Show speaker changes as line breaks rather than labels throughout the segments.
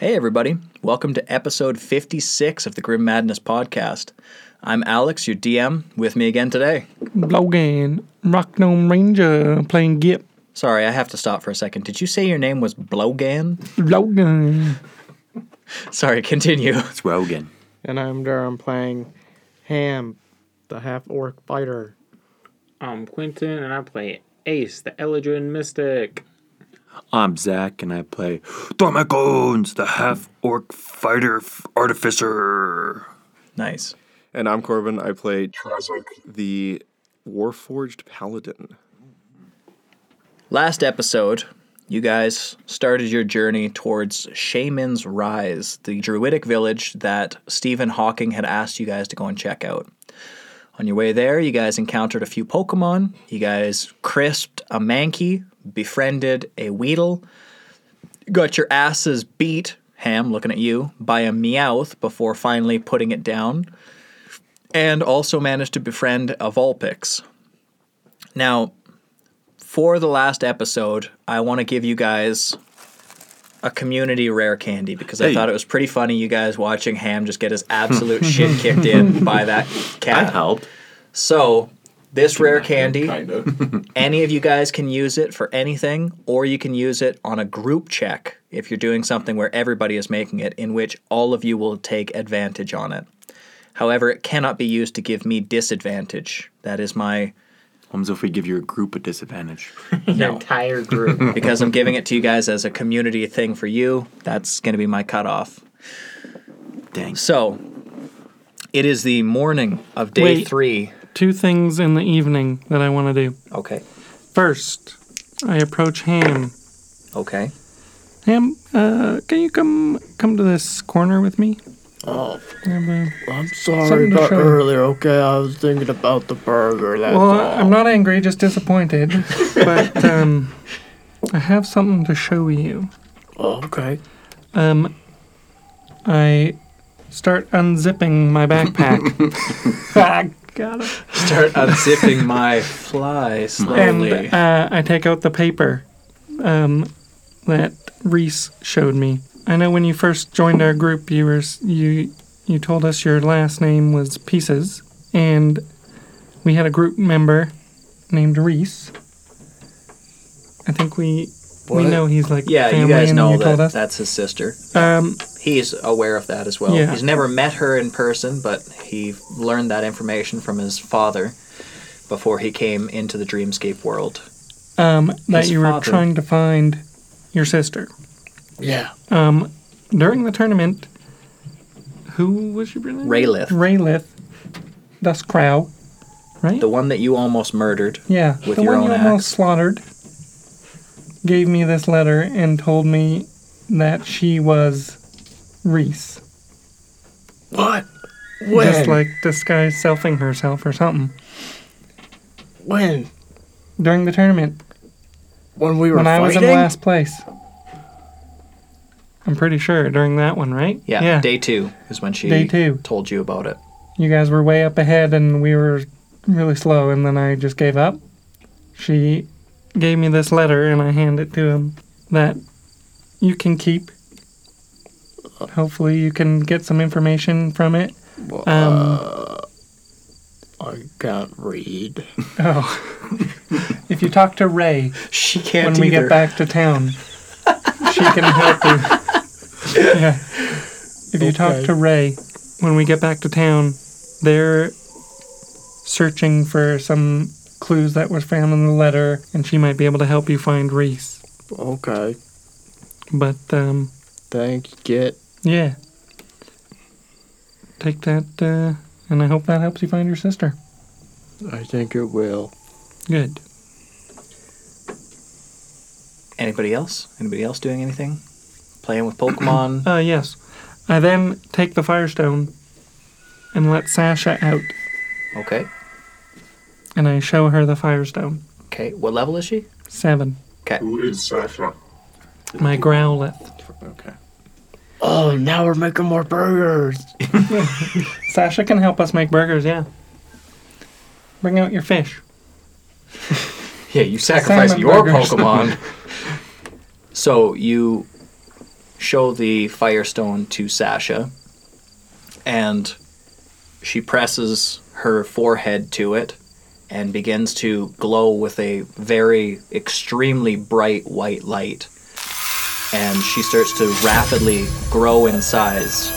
everybody. Welcome to episode 56 of the Grim Madness podcast. I'm Alex, your DM, with me again today.
Logan, Rock Gnome Ranger, playing Gip.
Sorry, I have to stop for a second. Did you say your name was Blowgan?
Logan.
Sorry, continue.
It's Rogan.
And I'm Durham playing Ham, the half orc fighter.
I'm Quentin, and I play Ace, the Eladrin Mystic.
I'm Zach, and I play Dormagones, the half orc fighter f- artificer.
Nice.
And I'm Corbin. I play the Warforged Paladin.
Last episode, you guys started your journey towards Shaman's Rise, the druidic village that Stephen Hawking had asked you guys to go and check out. On your way there, you guys encountered a few Pokemon. You guys crisped a Mankey, befriended a Weedle, got your asses beat, Ham looking at you, by a Meowth before finally putting it down, and also managed to befriend a Vulpix. Now, for the last episode, I want to give you guys a community rare candy because I
Hey.
thought it was pretty funny you guys watching Ham just get his absolute shit kicked in by that cat. So, this rare candy, any of you guys can use it for anything, or you can use it on a group check if you're doing something where everybody is making it, in which all of you will take advantage on it. However, it cannot be used to give me disadvantage. That is my
Comes if we give your group a disadvantage.
Your entire group.
because I'm giving it to you guys as a community thing for you. That's going to be my cutoff.
Dang.
So, it is the morning of day
Wait.
three.
Two things in the evening that I want to do.
Okay.
First, I approach Ham.
Okay.
Ham, uh, can you come come to this corner with me? Oh,
I'm
Something
sorry
to
about
show.
earlier, okay? I was thinking about the burger. That's
Uh, well,
all.
I'm not angry, just disappointed. but um, I have something to show you.
Oh, okay.
Um, I start unzipping my backpack. I got it.
Start unzipping my fly slowly.
And uh, I take out the paper um, that Reese showed me. I know when you first joined our group, you were s- you you told us your last name was Pieces, and we had a group member named Reese. I think we we
What?
know he's like
Yeah,
family
you guys
and
know
you told
that
us.
that's his sister.
Um,
He's aware of that as well.
Yeah.
He's never met her in person, but he learned that information from his father before he came into the dreamscape world.
um, that
His
you were
father.
trying to find your sister
Yeah.
um, during the tournament. Who was your brother?
Raylith,
Raylith, that's Crow, right?
the one that you almost murdered.
yeah,
with
the
your
one you
own axe.
almost slaughtered, gave me this letter and told me that she was Reese,
What? When?
just like disguise selfing herself or something
when?
during the tournament
When we were
when I was in
fighting?
last place. I'm pretty sure during that one, right?
Yeah,
yeah.
day two is when she
Day two.
told you about it.
you guys were way up ahead and we were really slow and then i just gave up she gave me this letter and i handed it to him that you can keep hopefully you can get some information from it um,
I can't read.
oh if you talk to ray
She can't
when we get back to town she can help you yeah. if you talk
Okay.
to ray when we get back to town they're searching for some clues that were found in the letter and she might be able to help you find reese
Okay.
but um
Thanks, Git.
yeah take that uh and i hope that helps you find your sister
I think it will.
good
Anybody else? Anybody else doing anything? Playing with Pokemon?
uh yes i then take the firestone and let sasha out
okay.
and i show her the firestone
Okay. What level is she?
seven
Okay.
My Growlithe.
Okay.
Oh, now we're making more burgers.
Sasha can help us make burgers, yeah. Bring out your fish.
Yeah, you
sacrificed Salmon your burgers.
Pokemon. so you show the Firestone to Sasha, and she presses her forehead to it and begins to glow with a very extremely bright white light. And she starts to rapidly grow in size.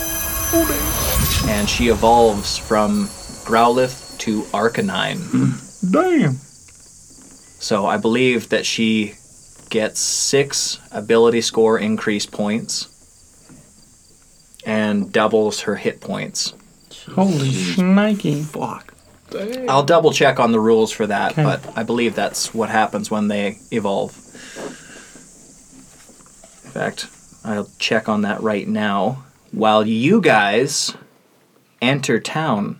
And she evolves from Growlithe to Arcanine.
Damn.
So I believe that she gets six ability score increase points and doubles her hit points.
Holy shnikey.
Fuck.
I'll double check on the rules for that,
Okay.
but I believe that's what happens when they evolve. In fact, I'll check on that right now while you guys enter town.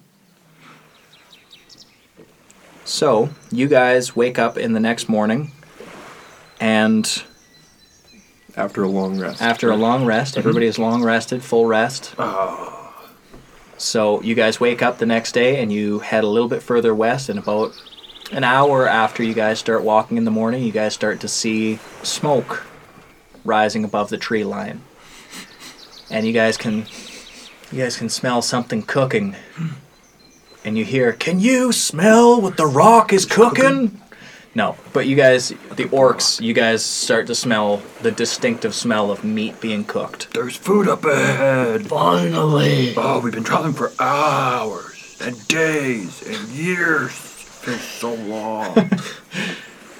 So, you guys wake up in the next morning and
After a long rest.
after a long rest. Everybody is long rested, full rest. So you guys wake up the next day and you head a little bit further west. And about an hour after you guys start walking in the morning, you guys start to see smoke rising above the tree line, and you guys can you guys can smell something cooking. And you hear, "Can you smell what the rock is cooking?" No, but you guys, the orcs, you guys start to smell the distinctive smell of meat being cooked.
There's food up ahead.
Finally!
Oh, we've been traveling for hours and days and years. Feels so long.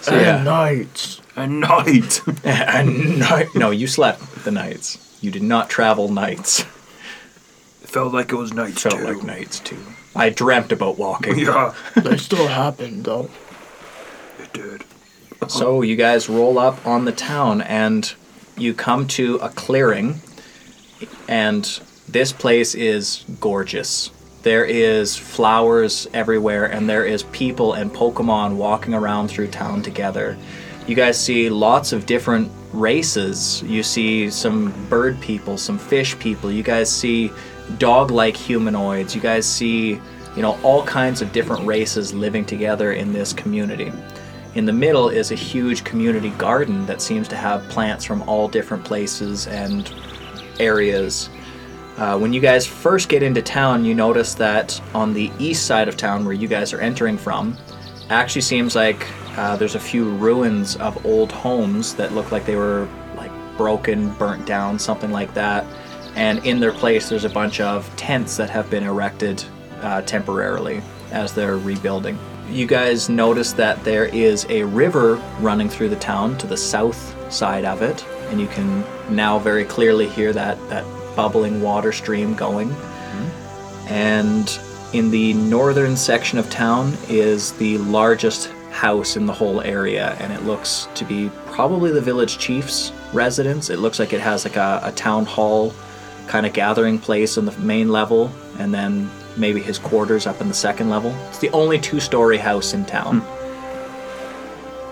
So, yeah.
nights. And night.
and night. No, you slept the nights. You did not travel nights.
Felt like it was night
Felt
too.
like nights too. I dreamt about walking.
Yeah,
They still happen though.
it did.
so you guys roll up on the town and you come to a clearing and this place is gorgeous. There is flowers everywhere and there is people and Pokemon walking around through town together. You guys see lots of different races. You see some bird people, some fish people. You guys see dog-like humanoids. You guys see, you know, all kinds of different races living together in this community. In the middle is a huge community garden that seems to have plants from all different places and areas. Uh, when you guys first get into town, you notice that on the east side of town, where you guys are entering from, actually seems like uh, there's a few ruins of old homes that look like they were like broken, burnt down, something like that. And in their place, there's a bunch of tents that have been erected uh, temporarily as they're rebuilding. You guys notice that there is a river running through the town to the south side of it, and you can now very clearly hear that, that bubbling water stream going. And in the northern section of town is the largest house in the whole area, and it looks to be probably the village chief's residence. It looks like it has like a, a town hall kind of gathering place on the main level, and then maybe his quarters up in the second level. It's the only two story house in town.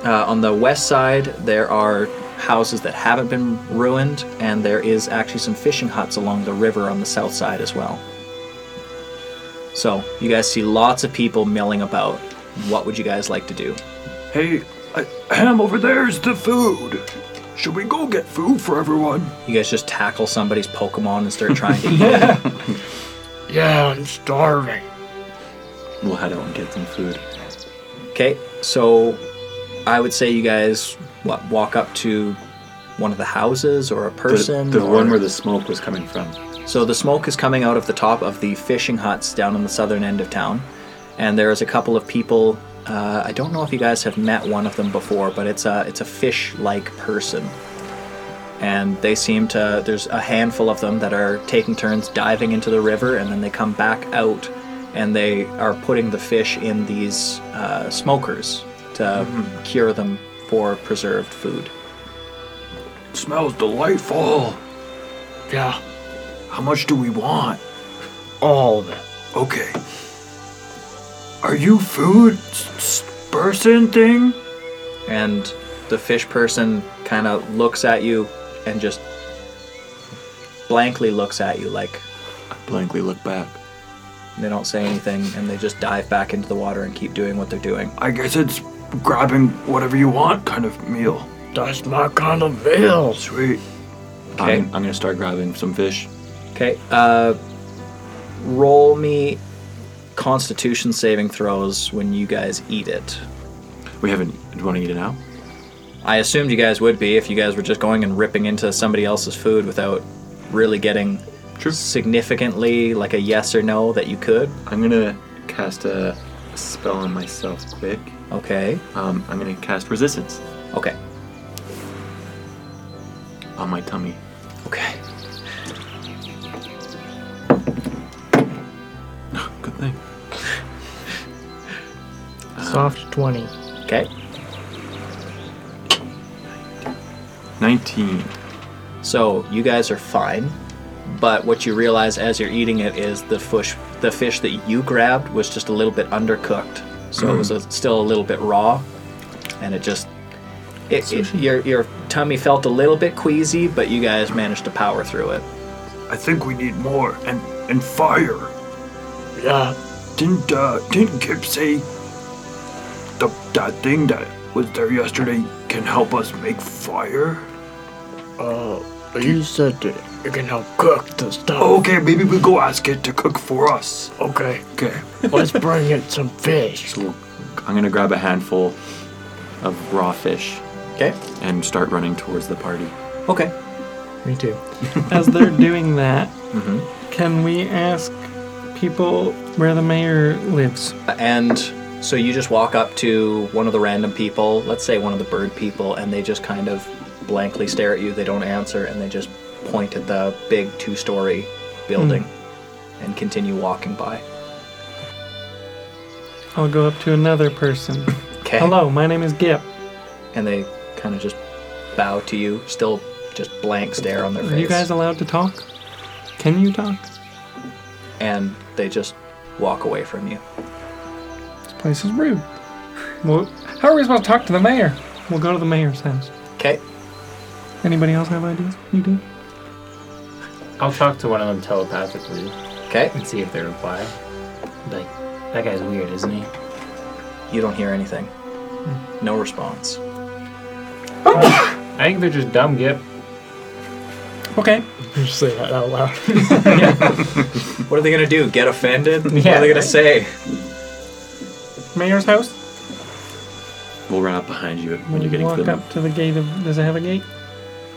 Uh, on the west side, there are houses that haven't been ruined, and there is actually some fishing huts along the river on the south side as well. So, you guys see lots of people milling about. What would you guys like to do?
Hey, I, Ham, over there's the food. Should we go get food for everyone?
You guys just tackle somebody's Pokemon and start trying to eat it?
Yeah, I'm starving.
We'll head out and get some food.
Okay, so I would say you guys what walk up to one of the houses or a
The,
person.
the
or-
one where the smoke was coming from.
So the smoke is coming out of the top of the fishing huts down in the southern end of town, and there is a couple of people. Uh, I don't know if you guys have met one of them before, but it's a it's a fish-like person, and they seem to. There's a handful of them that are taking turns diving into the river, and then they come back out, and they are putting the fish in these uh, smokers to cure them for preserved food.
Smells delightful.
Yeah,
How much do we want?
all of it.
Okay. Are you food s- s- person thing?
and the fish person kind of looks at you and just blankly looks at you like
I blankly look back.
they don't say anything and they just dive back into the water and keep doing what they're doing
I guess it's grabbing whatever you want kind of meal.
That's my kind of meal.
Sweet.
Okay.
I'm, I'm gonna start grabbing some fish.
Okay. Uh, roll me Constitution saving throws when you guys eat it.
We haven't. Do you want to eat it now?
I assumed you guys would be if you guys were just going and ripping into somebody else's food without really getting significantly like a yes or no that you could.
I'm gonna cast a spell on myself quick.
Okay.
Um, I'm gonna cast resistance
Okay.
on my tummy.
Okay.
Good thing.
Soft 20.
Okay.
19.
So you guys are fine, but what you realize as you're eating it is the fish, the fish that you grabbed was just a little bit undercooked, so it was a, still a little bit raw, and it just, it, it, your your tummy felt a little bit queasy, but you guys managed to power through it.
I think we need more and and fire.
Yeah.
Didn't uh, didn't Kip say the, that thing that was there yesterday can help us make fire?
Uh, he said that it can help cook the stuff.
Oh, Okay, maybe we go ask it to cook for us.
Okay.
Okay.
Let's bring it some fish.
I'm gonna grab a handful of raw fish
Okay.
and start running towards the party.
Okay.
Me too.
As they're doing that, can we ask people where the mayor lives?
And so you just walk up to one of the random people, let's say one of the bird people, and they just kind of blankly stare at you. They don't answer, and they just point at the big two story building
Hmm.
and continue walking by.
I'll go up to another person.
Okay.
Hello, my name is Gip.
And they kind of just bow to you, still just blank stare on their
Are
face.
you guys allowed to talk? Can you talk?
and they just walk away from you.
This place is rude. Well, how are we supposed to talk to the mayor? We'll go to the mayor's house.
Okay.
Anybody else have ideas? You do?
I'll talk to one of them telepathically
Okay.
and see if they reply. Like, that guy's weird, isn't he?
You don't hear anything.
Hmm.
No response.
I think they're just dumb, Gip.
Okay.
You say that out loud.
What are they gonna do? Get offended? what
Yeah,
are they gonna
right.
say?
Mayor's house?
We'll run up behind you when
We'll
you're getting
walk
to the.
up to the gate of. Does it have a gate?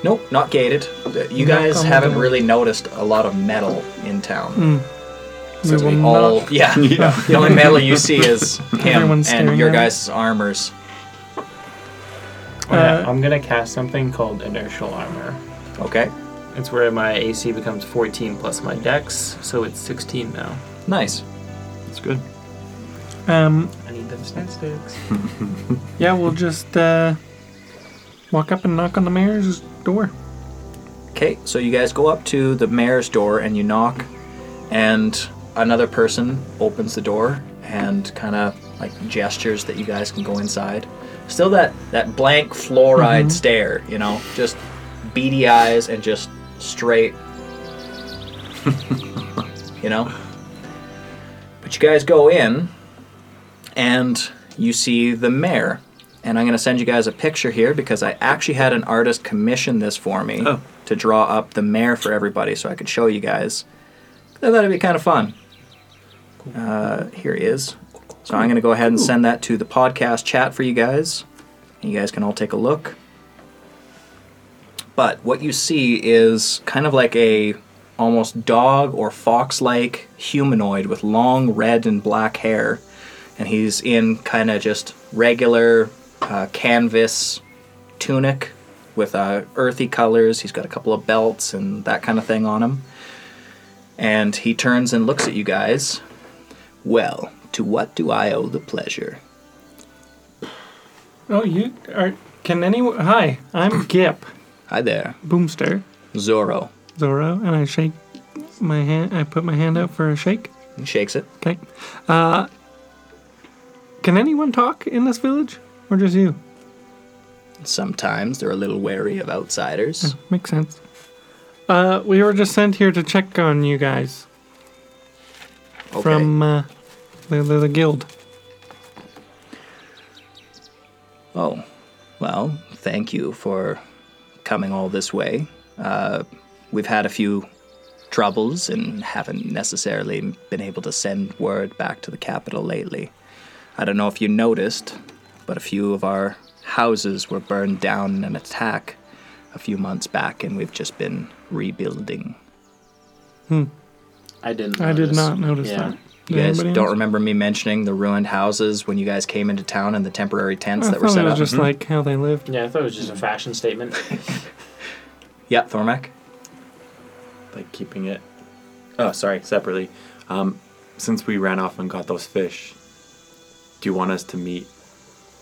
Nope, not gated. You
Knock
guys
on the
haven't
door.
really noticed a lot of metal in town.
Hmm. We
Since
will
we
knock.
all, yeah, the only metal you see is him
Everyone's
and
staring
your
at him.
guys' armors.
Uh,
Oh, I'm gonna cast something called inertial armor.
Okay,
It's where my AC becomes 14 plus my dex, so it's 16 now.
nice.
That's good.
Um,
I need them stat sticks.
yeah, we'll just uh, walk up and knock on the mayor's door.
Okay, so you guys go up to the mayor's door and you knock, and another person opens the door and kind of like gestures that you guys can go inside. Still that that blank fluoride stare, you know, just beady eyes and just straight, you know. But you guys go in, and you see the mayor. And I'm going to send you guys a picture here because I actually had an artist commission this for me
Oh.
to draw up the mayor for everybody so I could show you guys. I thought it'd be kind of fun. Uh, here he is. So I'm going to go ahead and send that to the podcast chat for you guys. And you guys can all take a look. But what you see is kind of like a almost dog or fox-like humanoid with long red and black hair and he's in kind of just regular uh, canvas tunic with uh, earthy colors. He's got a couple of belts and that kind of thing on him. And he turns and looks at you guys. Well, to what do I owe the pleasure?
Oh, you are. Can anyone? Hi, I'm Gip
Hi there,
Boomster
Zorro.
Zorro, and I shake my hand. I put my hand out for a shake.
He shakes it.
Okay. Uh, can anyone talk in this village, or just you?
Sometimes they're a little wary of outsiders.
Makes sense. Uh, we were just sent here to check on you guys
Okay.
from uh, the, the the guild.
Oh, well, thank you for coming all this way. we've had a few troubles and haven't necessarily been able to send word back to the capital lately. I don't know if you noticed, but a few of our houses were burned down in an attack a few months back, and we've just been rebuilding.
I didn't.
I did
notice.
not notice
Yeah.
that.
You
Did
guys
anybody
don't
else?
remember me mentioning the ruined houses when you guys came into town and the temporary tents
I
that were Mm-hmm.
thought
set
it
up?
was just like how they lived.
Yeah, I thought it was just a fashion statement.
Mm-hmm. Yeah, Thormac.
like keeping it. Oh, sorry, separately. Um, since we ran off and got those fish, do you want us to meet?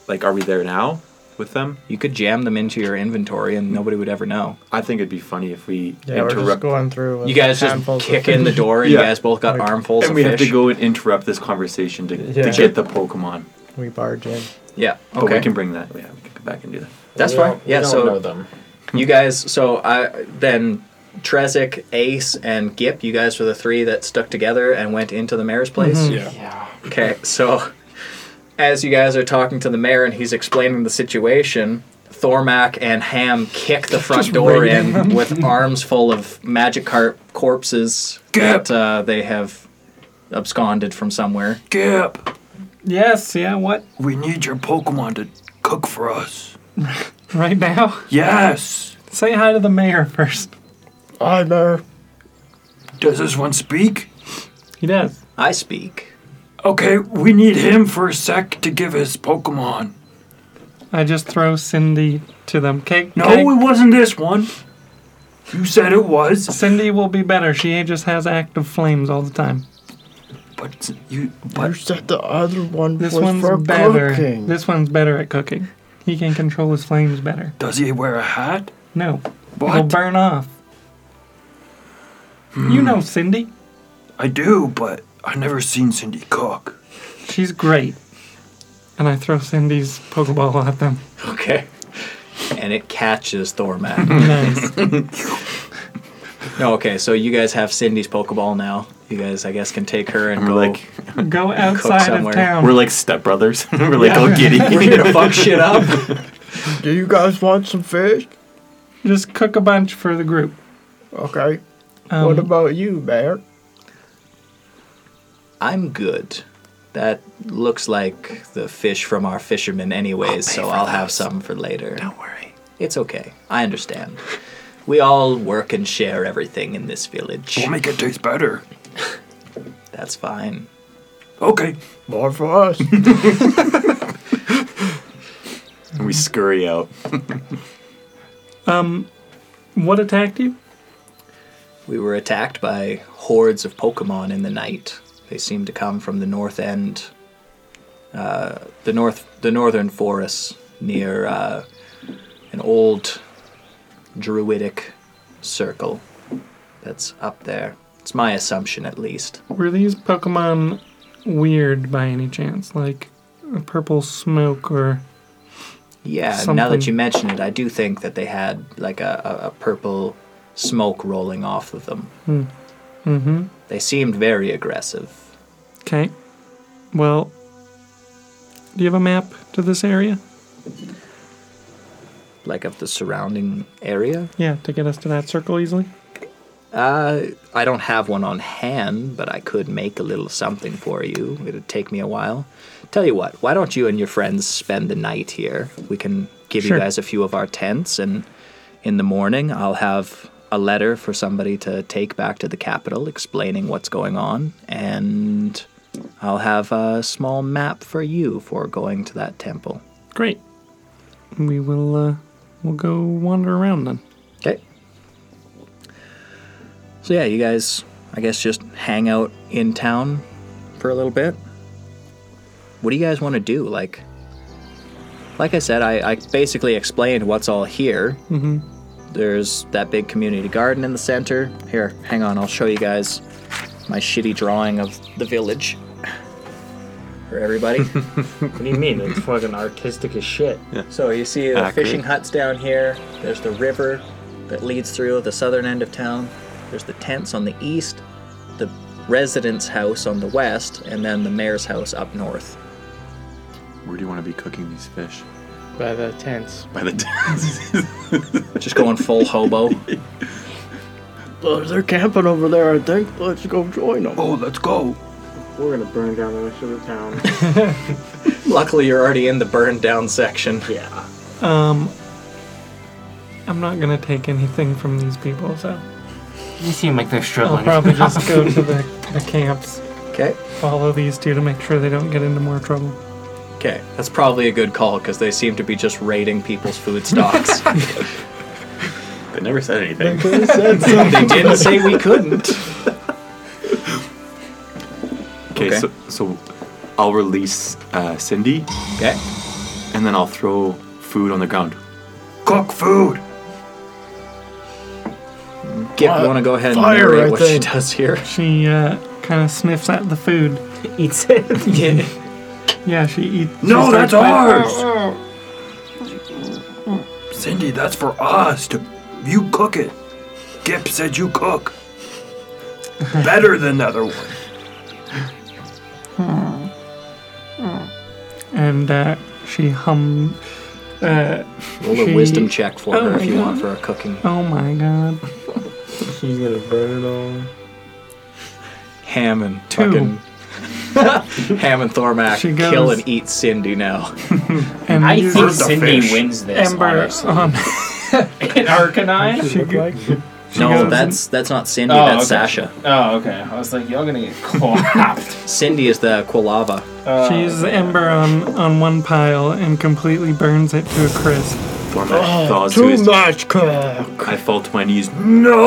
Like, are we there now with them?
You could jam them into your inventory and nobody would ever know.
I think it'd be funny if we
Yeah, we're just
interrupt
going through. with
You guys just
handfuls of
kick
fish.
in the door and
Yeah.
you guys both got armfuls
and
of
we
fish.
have to go and interrupt this conversation to,
Yeah.
to get the Pokemon.
We barge in.
Yeah,
But
okay.
we can bring that. Yeah, we can come back and do that.
That's
We
fine.
don't- we
Yeah,
don't
so
know them.
you guys, so I then Trezic, Ace, and Gip, you guys were the three that stuck together and went into the mayor's
Mm-hmm.
place.
Yeah.
Okay, so as you guys are talking to the mayor and he's explaining the situation, Thormac and Ham kick the front door in with arms full of magic carp corpses
Gip.
that uh, they have absconded from somewhere.
Gip,
Yes, yeah, what?
we need your Pokemon to cook for us.
Right now?
Yes.
Say hi to the mayor first.
Hi there.
Does this one speak?
He does.
I speak.
Okay, we need him for a sec to give his Pokemon.
I just throw Cindy to them. Cake.
No,
cake.
it wasn't this one. You said it was,
Cindy will be better. She just has active flames all the time.
but you.
You
But
said the other one
This
was
one's
for
better.
cooking.
This one's better at cooking. He can control his flames better.
does he wear a hat?
No, it'll
What?
burn off. You know Cindy.
I do, but I've never seen Cindy cook.
She's great. And I throw Cindy's Pokeball at them.
Okay. And it catches Thormac.
Nice.
no, okay, so you guys have Cindy's Pokeball now. You guys, I guess, can take her and
And
go.
we're like,
Go outside
somewhere.
of
um,
town.
we're like stepbrothers. we're like, oh, giddy.
We're gonna fuck shit up.
Do you guys want some fish?
Just cook a bunch for the group.
Okay.
Um,
what about you, Bear?
I'm good. That looks like the fish from our fishermen, anyways, so I'll have some for later. Don't worry. It's okay. I understand. We all work and share everything in this village.
We'll make it taste better.
That's fine.
Okay,
More for us.
and we scurry out.
what attacked you?
We were attacked by hordes of Pokemon in the night. They seemed to come from the north end, uh, the north, the northern forests near uh, an old druidic circle that's up there. It's my assumption, at least.
Were these Pokemon weird by any chance? Like a purple smoke or.
Yeah. Now that
Something-
you mention it, I do think that they had like a, a, a purple smoke rolling off of them.
Mm
They seemed very aggressive.
hmm. Okay. Well, do you have a map to this area?
Like of the surrounding area,
Yeah, to get us to that circle easily?
Uh, I don't have one on hand, but I could make a little something for you. It'd take me a while. Tell you what, why don't you and your friends spend the night here? We can give
Sure.
you guys a few of our tents, and in the morning, I'll have a letter for somebody to take back to the capital explaining what's going on, and I'll have a small map for you for going to that temple.
Great. We will, uh, we'll go wander around then.
Okay. So yeah, you guys, I guess just hang out in town for a little bit. What do you guys want to do? Like, like I said, I, I basically explained what's all here. Mm-hmm. There's that big community garden in the center. Here, hang on, I'll show you guys my shitty drawing of the village for everybody.
What do you mean? It's fucking artistic as shit.
So you see the
Accurate.
fishing huts down here. There's the river that leads through the southern end of town. There's the tents on the east, the residence house on the west, and then the mayor's house up north.
Where do you want to be cooking these fish?
by the tents.
by the
Just going full hobo.
Uh, they're camping over there, I think. Let's go join them.
Oh, let's go.
We're gonna burn down the rest of the town.
Luckily, you're already in the burned down section.
yeah.
Um, I'm not gonna take anything from these people, so
You seem like they're
I'll
struggling.
probably just go to the, the camps,
Okay.
follow these two to make sure they don't get into more trouble.
Okay. That's probably a good call because they seem to be just raiding people's food stocks.
they never said anything.
they didn't say we couldn't.
Okay,
Okay.
So, so I'll release uh, Cindy
Okay.
and then I'll throw food on the ground.
Cook food.
Gip, you want to go ahead and
Fire,
narrate
I
what
think.
she does here?
She uh, kind of sniffs at the food.
Eats it.
Yeah.
Yeah, she eats.
No,
she starts
that's
biting-
ours. Cindy, that's for us. To you cook it. Gip said you cook. Better than the other one.
And uh, she hum. Uh,
Roll a
She-
wisdom check for
Oh
her if
my
you
God.
want for a cooking.
oh my god.
She's gonna burn it all.
Ham and
Two.
fucking Ham and Thormac
She
kill
goes-
and eat Cindy now.
And
I
you-
think
the
Cindy
fish.
wins this.
Ember
honestly.
on.
In Arcanine?
Look like
No,
goes-
that's that's not Cindy.
Oh,
that's
okay.
Sasha.
Oh, okay. I was like, y'all gonna get clapped.
Cindy is the Quilava.
She uses ember on, on one pile and completely burns it to a crisp.
Thormac thaws to
Too
his-
much cook.
I fall to my knees.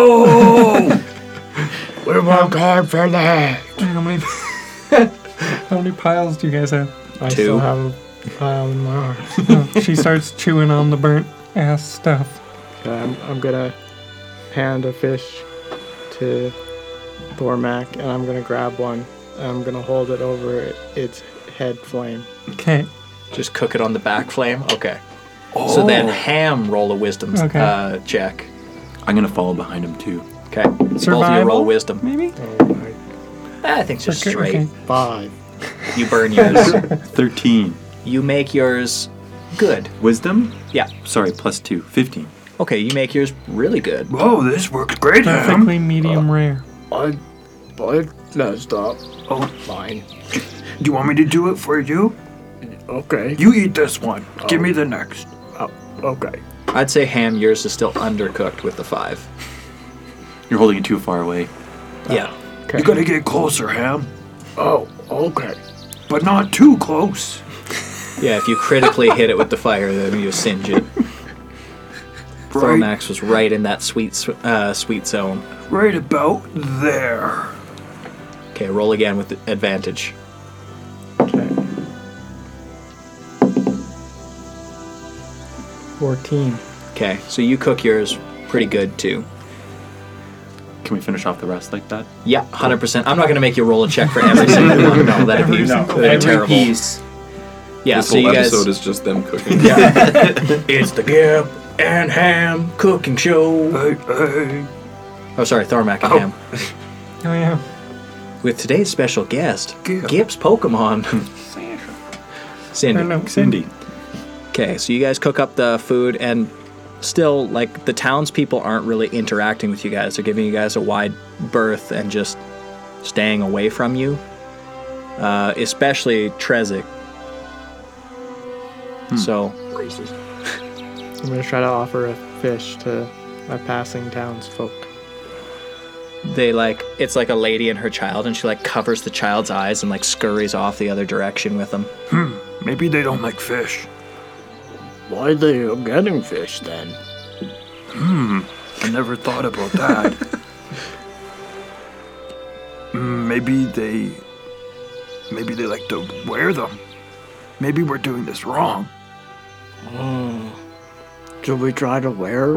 No.
We won't go for that.
How many? how many piles do you guys have?
I
Two.
still have a pile in my arm.
Oh, she starts chewing on the burnt ass stuff.
Okay, I'm, I'm gonna hand a fish to Thormac, and I'm gonna grab one. And I'm gonna hold it over it, its head flame.
Okay.
Just cook it on the back flame. Okay.
Oh.
So then Ham roll a wisdom
Okay.
uh, check.
I'm gonna follow behind him too.
Okay. Both of you roll
Survival?
wisdom.
Maybe.
I think just
Okay,
straight.
okay.
Five.
You burn yours.
Thirteen.
you make yours good.
Wisdom?
Yeah.
Sorry, plus two. Fifteen.
Okay, you make yours really good.
Whoa, Oh, this works great, Ham.
Perfectly medium rare.
I, I messed up.
Oh,
Fine.
do you want me to do it for you?
Okay.
You eat this one. Give
Oh.
me the next.
Okay.
I'd say Ham, yours is still undercooked with the five.
You're holding it too far away.
Yeah.
You gotta get closer, Ham,
Oh, okay.
but not too close.
Yeah, if you critically hit it with the fire, then you singe it.
Right,
Thormax was right in that sweet sw- uh, sweet zone.
right about there.
Okay, roll again with advantage.
Okay. Fourteen.
Okay, so you cook yours pretty good too.
Can we finish off the rest like that?
Yeah, hundred percent. I'm not gonna make you roll a check for every single one. No, that'd be, that'd be
Every
terrible.
piece.
Yeah,
this
so
whole
you guys.
episode is just them cooking.
It's the Gib and Ham cooking show.
Hey, hey.
Oh, sorry, Thormac and Ham.
Oh yeah.
With today's special guest,
Gip.
Gip's Pokemon. Cindy.
Or no.
Cindy.
Okay, so you guys cook up the food, and still, like, the townspeople aren't really interacting with you guys. They're giving you guys a wide berth and just staying away from you. Uh, especially Trezic. So,
I'm gonna try to offer a fish to my passing townsfolk.
they like it's like a lady and her child and she like covers the child's eyes and like scurries off the other direction with them
Maybe they don't like fish.
Why they are getting fish then?
I never thought about that. Mm, maybe they. Maybe they like to wear them. Maybe we're doing this wrong.
Should we try to wear?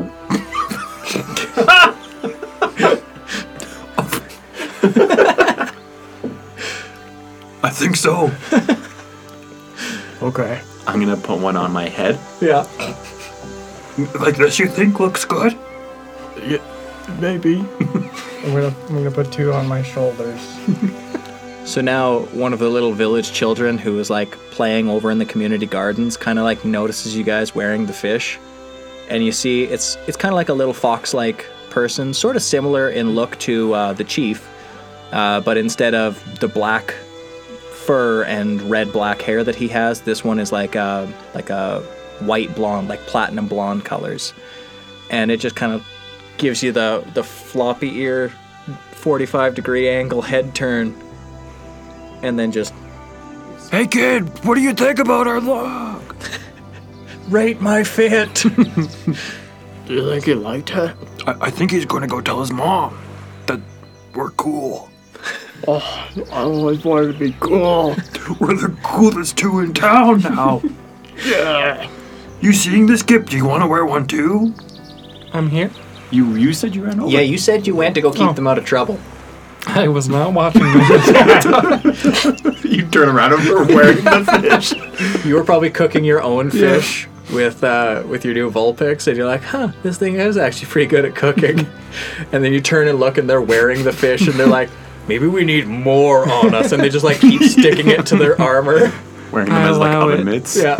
I think so.
Okay.
I'm gonna put one on my head.
like this, you think looks good?
Maybe.
I'm gonna I'm gonna put two on my shoulders.
So now one of the little village children who is like playing over in the community gardens kind of like notices you guys wearing the fish. And you see it's it's kind of like a little fox-like person, sort of similar in look to uh, the chief, uh, but instead of the black fur and red black hair that he has, this one is like a like a white blonde, like platinum blonde colors. And it just kind of gives you the the floppy ear 45 degree angle head turn and then just
Hey kid, what do you think about our log?
rate my fit.
Do you think he liked her?
I, I think he's gonna go tell his mom that we're cool.
Oh, I always wanted to be cool.
We're the coolest two in town now. yeah. You seeing this, Kip? Do you want to wear one too?
I'm here.
You you said you ran over.
yeah, you said you went to go keep them out of trouble.
I was not watching this.
you turn around and we're wearing the fish.
You were probably cooking your own fish with uh, with your new Vulpix, and you're like, huh, this thing is actually pretty good at cooking. and then you turn and look, and they're wearing the fish, and they're like, maybe we need more on us, and they just like keep sticking it to their armor.
Wearing them
I
as like
allow
oven
it.
mitts.
Yeah.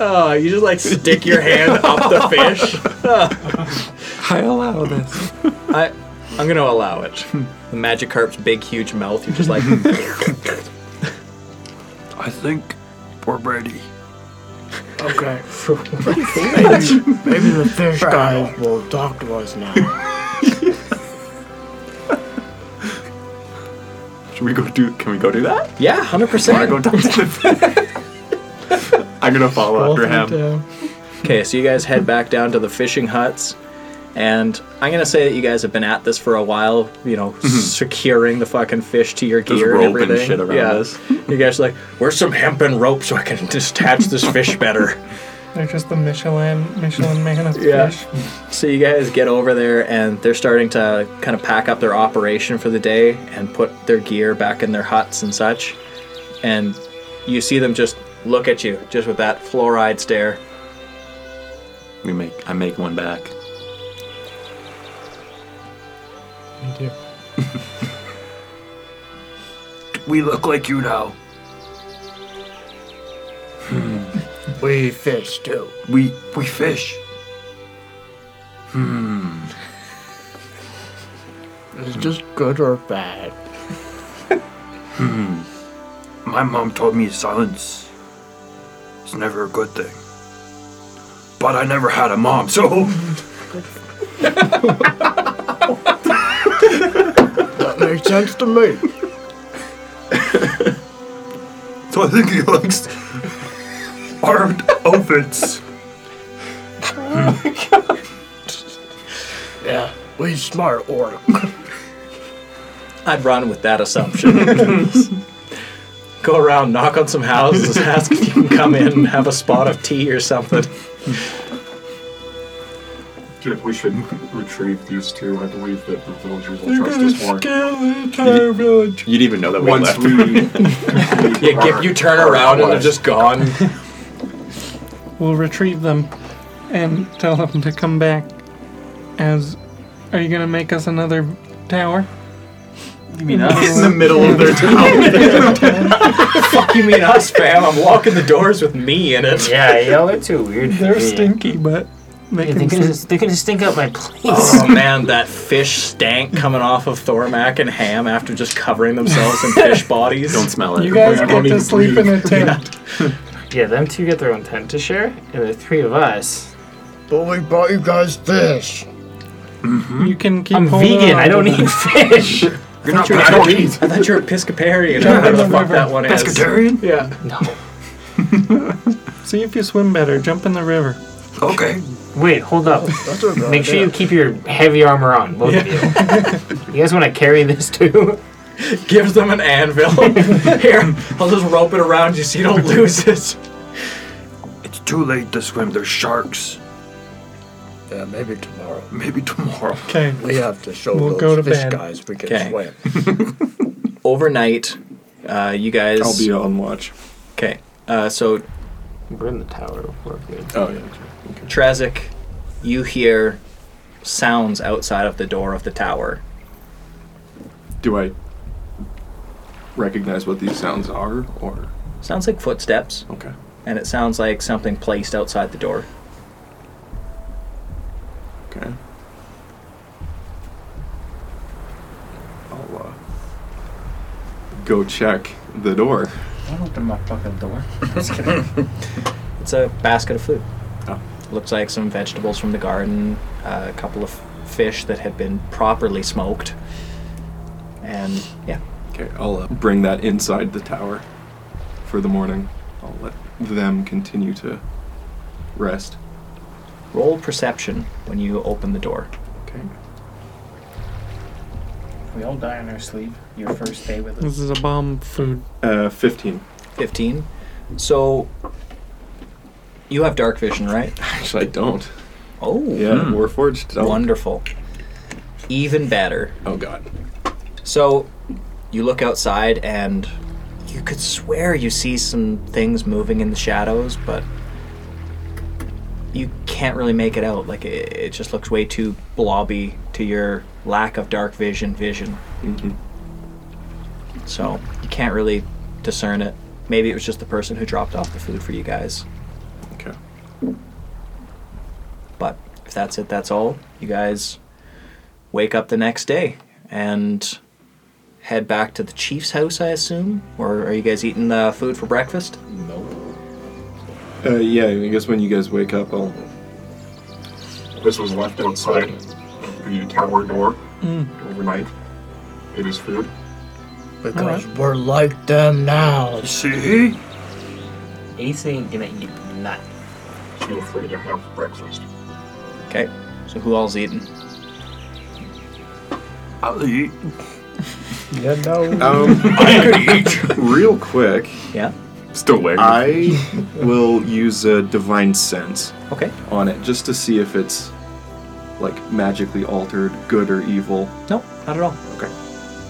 Oh, you just like stick your hand up the fish.
I allow this.
I, I'm gonna allow it. The Magikarp's big, huge mouth. You're just like,
I think we're ready.
Okay. maybe, maybe the fish guy will talk to us now.
Should we go do? Can we go do that?
yeah, hundred
I
percent.
go talk to the fish. I'm gonna follow after him.
uh,
Okay, so you guys head back down to the fishing huts, and I'm gonna say that you guys have been at this for a while. You know, securing the fucking fish to your
Mm-hmm. There's
gear and
rope and
everything.
shit around
yeah,
us.
you guys are like, where's some hemp and rope so I can detach this fish better?
They're just the Michelin Michelin man of
Yeah.
fish.
So you guys get over there, and they're starting to kind of pack up their operation for the day and put their gear back in their huts and such. And you see them just look at you, just with that fluoride stare.
We make. I make one back.
Me too.
We look like you now.
Hmm. We fish too.
We we fish.
Is this good or bad?
My mom told me silence is never a good thing. But I never had a mom, so
That makes sense to me.
so I think he likes armed outfits.
Yeah, we smart orc.
I'd run with that assumption. Go around, knock on some houses, ask if you can come in and have a spot of tea or something.
Jake, we should retrieve these two. I believe that the villagers will trust us more.
You'd even know that we
Once
left.
we
Yeah, Gip, you turn around and they're just gone.
We'll retrieve them and tell them to come back. As are you gonna make us another tower?
You mean us?
in the middle of their town.
Fuck you mean us, fam? I'm walking the doors with me in it.
yeah, y'all are too weird.
They're
Yeah.
stinky, but they
Yeah, They're gonna,
can. Sleep.
just, they're gonna stink up my place.
Oh man, that fish stank coming off of Thormac and Ham after just covering themselves in fish bodies.
Don't smell it.
You guys get to sleep in a tent.
Yeah, them two get their own tent to share, and the three of us.
But we brought you guys fish.
You can keep.
I'm
holding
vegan.
on
I
to
don't
them.
eat fish.
You're not
I
bad
don't
at
eat. I thought you were Episcoparian. I don't know what the fuck that one is.
pescatarian?
Yeah.
no.
See if you swim better. Jump in the river.
Okay.
Wait, hold up.
That's a good
Make sure you
idea.
keep your heavy armor on, both of you. You guys want to carry this too?
Gives them an anvil. Here, I'll just rope it around you so you don't lose it.
It's too late to swim. There's sharks.
Yeah, maybe tomorrow.
Maybe tomorrow.
Okay.
We have to show
We'll
those
go to
fish
bed.
guys we can
Okay.
swim.
Overnight, uh, you guys.
I'll be on watch.
Okay. Uh, so,
We're in the tower. We're good.
Oh yeah.
Trazic, you hear sounds outside of the door of the tower.
Do I recognize what these sounds are, or
Sounds like footsteps,
okay.
and it sounds like something placed outside the door.
Okay. I'll uh, go check the door.
Don't open my fucking door.
It's a basket of food.
Oh.
Looks like some vegetables from the garden, uh, a couple of fish that have been properly smoked, and yeah,
Okay, I'll uh, bring that inside the tower for the morning. I'll let them continue to rest.
roll perception when you open the door.
Okay.
We all die in our sleep. Your first day with us.
This is a bomb food.
Uh, 15.
15. So you have dark vision, right?
Actually, I don't. Hmm.
Oh,
Yeah, Warforged. Don't.
wonderful. Even better.
Oh god.
So you look outside and you could swear you see some things moving in the shadows, but you can't really make it out. Like it, it just looks way too blobby to your lack of dark vision vision.
Mhm.
So you can't really discern it. Maybe it was just the person who dropped off the food for you guys.
Okay.
But if that's it, that's all. You guys wake up the next day and head back to the chief's house, I assume? Or are you guys eating the food for breakfast?
Uh, yeah, I guess when you guys wake up, I'll.
This was left outside the tower door overnight. It is food.
Because we're like them now.
See?
Ace ain't gonna eat nut.
Feel free to have breakfast.
Okay, so who all's eating?
I'll eat.
You know,
Um, real quick,
Yeah?
Still waiting.
Uh,
I will use a divine sense
Okay.
on it just to see if it's like magically altered, good or evil.
No, not at all.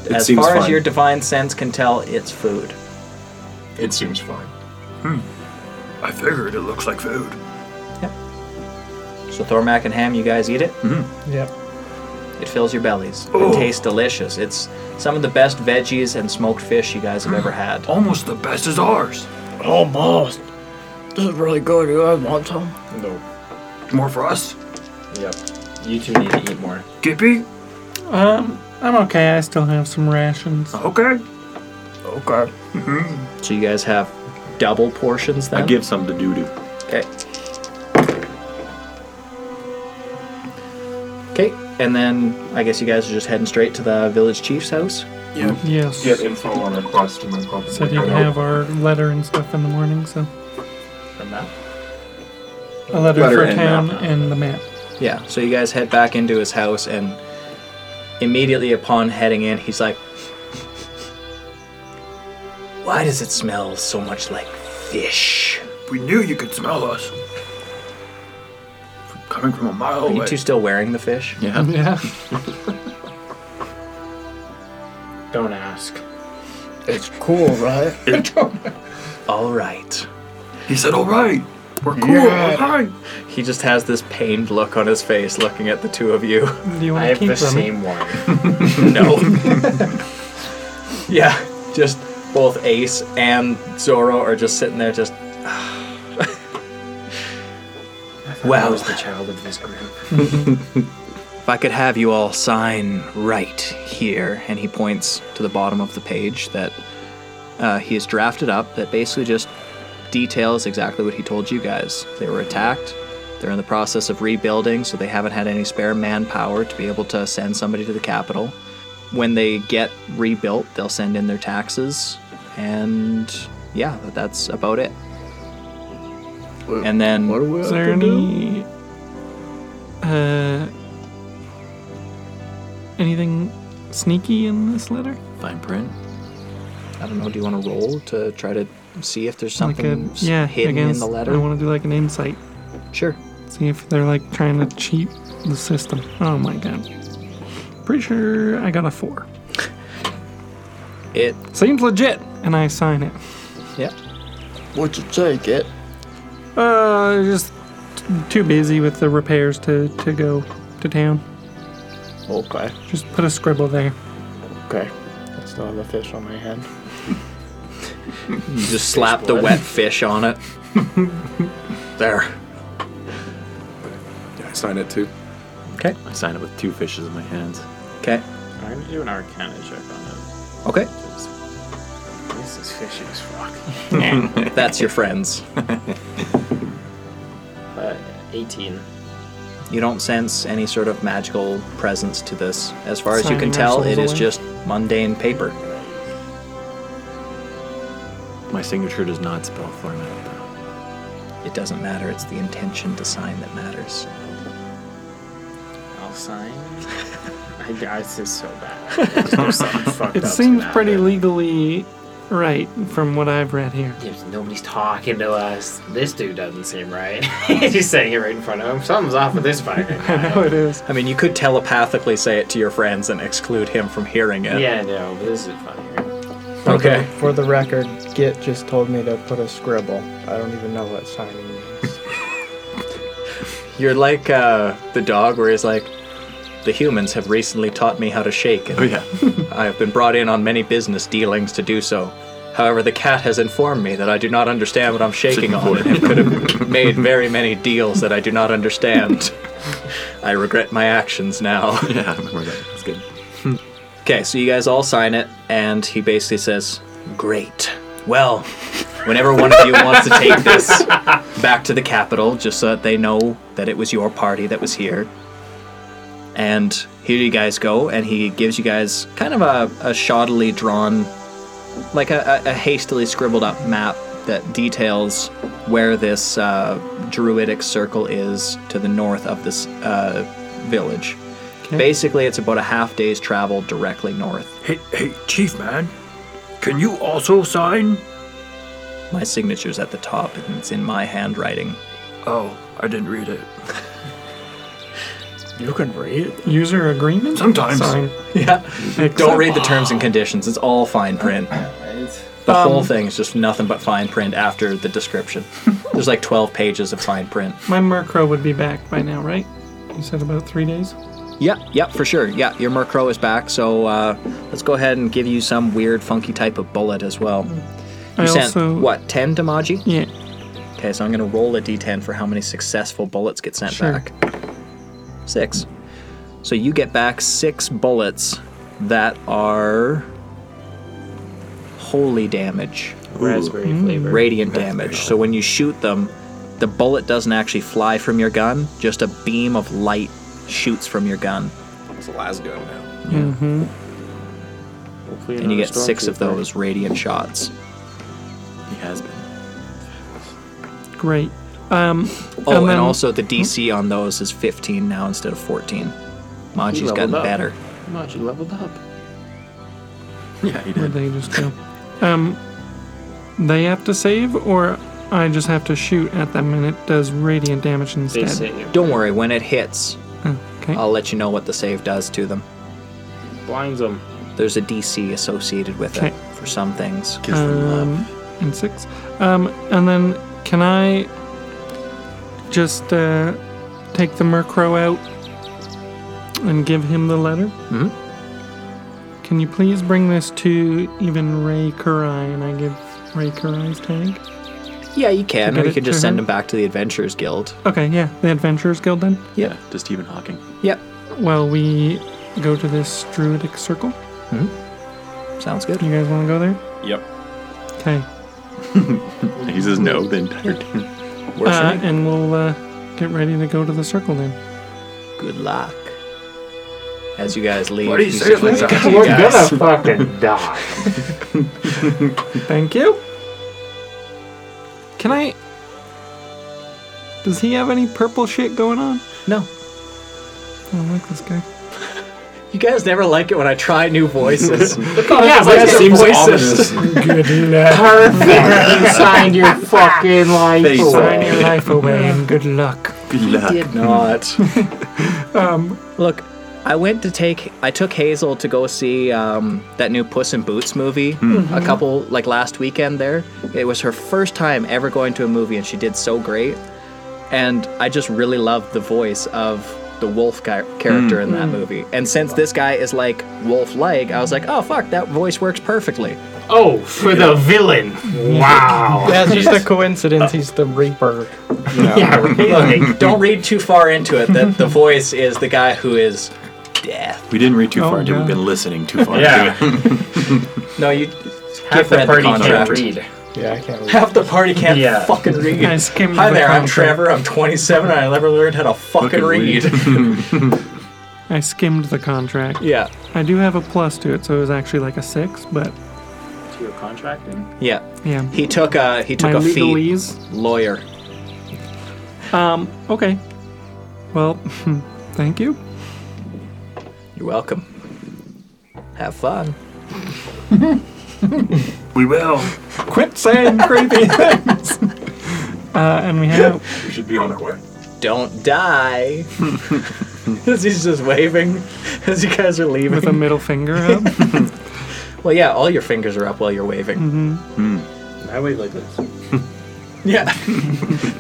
It
as
seems
far as
fine.
your divine sense can tell, it's food.
it seems fine.
Hmm. I figured it looks like food.
So Thormac and Ham, you guys eat it?
Mm-hmm.
yep.
It fills your bellies.
Oh.
It tastes delicious. It's some of the best veggies and smoked fish you guys have ever had.
Almost the best as ours.
Almost. This is really good. You guys want some?
No.
More for us.
Yep. You two need to eat more.
Gippy?
Um, I'm okay. I still have some rations.
Okay.
Okay.
So you guys have double portions then?
I give some to Doodoo.
Okay. Okay, and then I guess you guys are just heading straight to the village chief's house.
Yes.
Get info on our quest and then probably
Said you'd have our letter and stuff in the morning, so. A letter,
Letter
for
and
town
map.
and the map.
Yeah, so you guys head back into his house, and immediately upon heading in, he's like, Why does it smell so much like fish?
We knew you could smell us. Coming from a mile
Are you
away.
two still wearing the fish?
Yeah.
Don't ask.
It's cool, right?
All right.
He said, all right. We're cool.
Yeah.
All right.
He just has this pained look on his face looking at the two of you.
Do you
I have
want to keep
the
them?
same one.
No. yeah, just both Ace and Zoro are just sitting there, just.
I
well,
was the child of this group.
if I could have you all sign right here, and he points to the bottom of the page that uh, he has drafted up that basically just details exactly what he told you guys. They were attacked. They're in the process of rebuilding, so they haven't had any spare manpower to be able to send somebody to the capital. When they get rebuilt, they'll send in their taxes, and yeah, that's about it. And then
What do we
Is
have
there
to do?
any. Uh. Anything sneaky in this letter? uh,
Fine print.
I don't know. Do you want to roll to try to see if there's
Like a,
something s-
yeah,
hidden in
against-
the
I
letter?
want to do like an insight.
Sure.
See if they're like trying to cheat the system. Oh my god. Pretty sure I got a four.
It.
Seems legit. And I sign it.
Yeah.
What's it say, Kit?
Uh, just t- too busy with the repairs to, to go to town.
Okay.
Just put a scribble there.
Okay. I still have a fish on my head.
You just slap the
blood.
wet fish on it. there.
Yeah, I sign it too.
Okay.
I sign it with two fishes in my hands.
Okay.
I'm gonna do an arcana check on
Okay.
it. This is fishy as fuck.
That's your friends.
Uh, 18.
You don't sense any sort of magical presence to this. As far as you can
Signing our
tell, it is
souls away.
just mundane paper.
My signature does not spell Thormac.
It doesn't matter. It's the intention to sign that matters.
I'll sign. I, I, this is so bad. There's something fucked
It
up's
seems
gonna
pretty
happen.
legally right from what I've read here.
There's- Nobody's talking to us. This dude doesn't seem right. He's saying it right in front of him. Something's off with this fucker.
I know it is.
I mean, you could telepathically say it to your friends and exclude him from hearing it.
Yeah, no, but this is funnier.
Okay.
For the record, Git just told me to put a scribble. I don't even know what signing means.
You're like uh, the dog where he's like, the humans have recently taught me how to shake. And
Oh yeah.
I have been brought in on many business dealings to do so. However, the cat has informed me that I do not understand what I'm shaking on and could have made very many deals that I do not understand. I regret my actions now.
yeah, I remember that. That's good.
Okay, so you guys all sign it, and he basically says, Great. Well, whenever one of you wants to take this back to the capital, just so that they know that it was your party that was here. And here you guys go, and he gives you guys kind of a, a shoddily drawn, like a, a a hastily scribbled up map that details where this uh, druidic circle is to the north of this uh, village. Basically, it's about a half day's travel directly north.
Hey, hey, Chief Man, can you also sign?
My signature's at the top, and it's in my handwriting.
Oh, I didn't read it.
You can read.
User agreement?
Sometimes.
Sign.
Yeah. Don't read the terms and conditions. It's all fine print. The whole thing is just nothing but fine print after the description. There's like 12 pages of fine print.
My Murkrow would be back by now, right? You said about three days?
Yeah, yeah, for sure. Yeah, your Murkrow is back, so uh, let's go ahead and give you some weird, funky type of bullet as well. You
I
sent,
also-
what, 10 Damaji?
Yeah,
Okay, so I'm going to roll a d10 for how many successful bullets get sent
Sure.
back. Six. So you get back six bullets that are holy damage,
Raspberry
Mm.
flavor.
radiant damage. So when you shoot them, the bullet doesn't actually fly from your gun, just a beam of light shoots from your gun.
It's the last gun now.
Hopefully
And
another
you get six of
stormtrooper.
those radiant shots.
He has been.
great. Um,
Oh, and,
then- Hmm?
also the DC on those is 15 now instead of 14. Maji's
leveled
gotten
up.
better.
Come on, you leveled up.
Yeah, he
Where'd
did.
they just go? Um, they have to save, or I just have to shoot at them and it does radiant damage
They
instead. Oh,
say it
Don't worry, when it hits,
Okay.
I'll let you know what the save does to them.
blinds them.
There's a DC associated with
Okay.
it for some things.
Gives them love.
um, and six. Um, and then can I just uh, take the Murkrow out and give him the letter? Mm-hmm. Can you please bring this to even Ray Kurai and I give Ray Kurai's tag?
Yeah, you can,
To
or
get
you can
it
just
to
send
her?
them back to the Adventurers Guild.
Okay, yeah, the Adventurers Guild then.
Yeah.
To Stephen Hawking.
Yep.
Well, we go to this Druidic Circle.
Sounds good.
You guys want to go there?
Yep.
Okay.
He says no the entire time.
Uh, and we'll uh, get ready to go to the circle then.
Good luck. As you guys leave,
What do you
he's
say
just
about
like,
that?
"You
We're
guys."
gonna fucking die.
Thank you. Can I? Does he have any purple shit going on?
No.
I don't like this guy.
You guys never like it when I try new voices.
yeah, but
It seems
voices.
ominous.
perfect. You signed your fucking life
They
away.
signed
Sign your life away and good luck.
Good luck.
not. um, Look, I went to take. I took Hazel to go see um, that new Puss in Boots movie a couple like last weekend. There, it was her first time ever going to a movie, and she did so great. And I just really loved the voice of the wolf guy, character in that movie. And since this guy is like wolf-like, I was like, oh fuck, that voice works perfectly.
Oh, for the villain. Wow.
That's just a coincidence. He's the Reaper.
Yeah, right? Like,
Don't read too far into it that the voice is the guy who is death.
We didn't read too
Oh,
far, dude.
yeah.
We've been listening too far.
Yeah.
No, you
half
Give
the
Red the
party can't
contract.
read.
Yeah, I can't read.
half the party can't
Yeah.
fucking read.
I skimmed
Hi
the
there, I'm
contract.
Trevor. I'm 27 and I never learned how to fucking
Fucking
read.
I skimmed the contract.
yeah,
I do have a plus to it, so it was actually like a six, but
To your contracting.
yeah.
yeah.
He took a he took
My
a fee.
legalese.
Lawyer.
Um, okay. Well, thank you.
You're welcome. Have fun.
We will.
Quit saying creepy things. Uh, and we have
We should be on our way.
Don't die. As he's just waving as you guys are leaving.
with a middle finger up.
Well, yeah, all your fingers are up while you're waving. Mm-hmm.
I wait like this.
Yeah.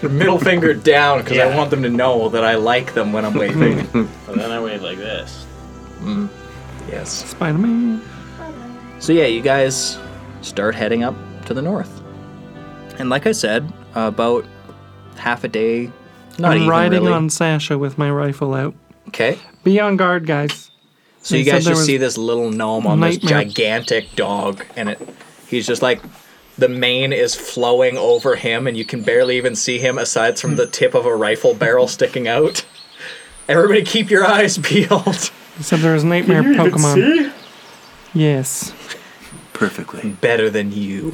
Your middle finger down because I
Yeah.
want them to know that I like them when I'm waving. Mm.
And then I wait like this.
yes.
Spider Man.
So, yeah, you guys start heading up to the north. And like I said, about half a day. Not
I'm
even
riding
really.
on Sasha with my rifle out.
Okay.
Be on guard, guys.
So,
They
you
said
guys
there
just
was
see this little gnome on this
nightmare.
gigantic dog, and it he's just like. The mane is flowing over him, and you can barely even see him aside from the tip of a rifle barrel sticking out. Everybody, keep your eyes peeled.
They said there was nightmare Pokemon. Yes.
Perfectly.
better than you.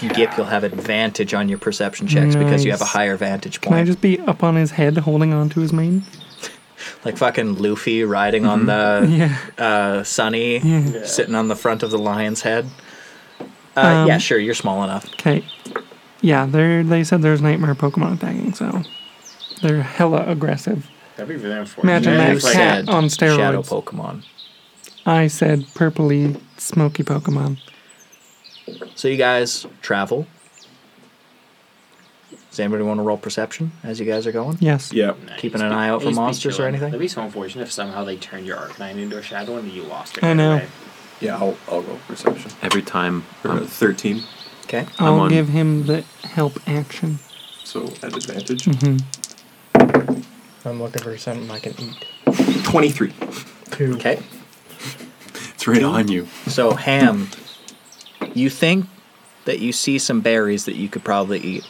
Gip, you'll have advantage on your perception checks because you have a
Nice.
higher vantage
Can I
point.
just be up on his head, holding on to his mane?
Like fucking Luffy riding on the
Yeah.
uh, Sunny, sitting on the front of the lion's head. Uh,
Um,
yeah, sure, you're small enough.
Okay. Yeah, they they said there's nightmare Pokemon attacking, so they're hella aggressive.
That'd be really unfortunate.
Imagine that
You
It's like-
cat on
Shadow
steroids.
Pokemon.
I said purpley smoky Pokemon.
So you guys travel. Does anybody want to roll perception as you guys are going?
Yes.
yeah.
Keeping an eye out for
Please be
monsters or
chilling.
anything?
That'd be so unfortunate if somehow they turned your Arcanine into a shadow and you lost it.
I
right
know.
away.
Yeah, I'll, I'll roll perception.
Every time
Or, uh,
I'm
13,
Okay.
I'm
I'll
on-
give him the help action.
so at advantage.
Mm-hmm.
I'm looking for something I can eat.
23.
Two.
Okay.
It's right on you.
So, Ham, you think that you see some berries that you could probably eat.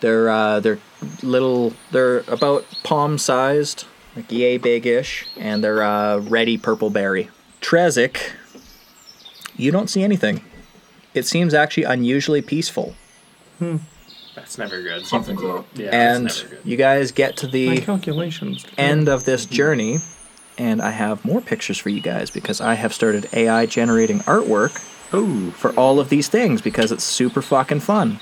They're uh, they're little. They're about palm sized, like yay big ish, and they're uh, ready purple berry. Trezic, you don't see anything. It seems actually unusually peaceful.
Hmm. That's never good.
Something's up.
Yeah,
and
that's never good.
you guys get to the
My calculations.
Eh.
end of this journey, and I have more pictures for you guys because I have started AI generating artwork for all of these things because it's super fucking fun.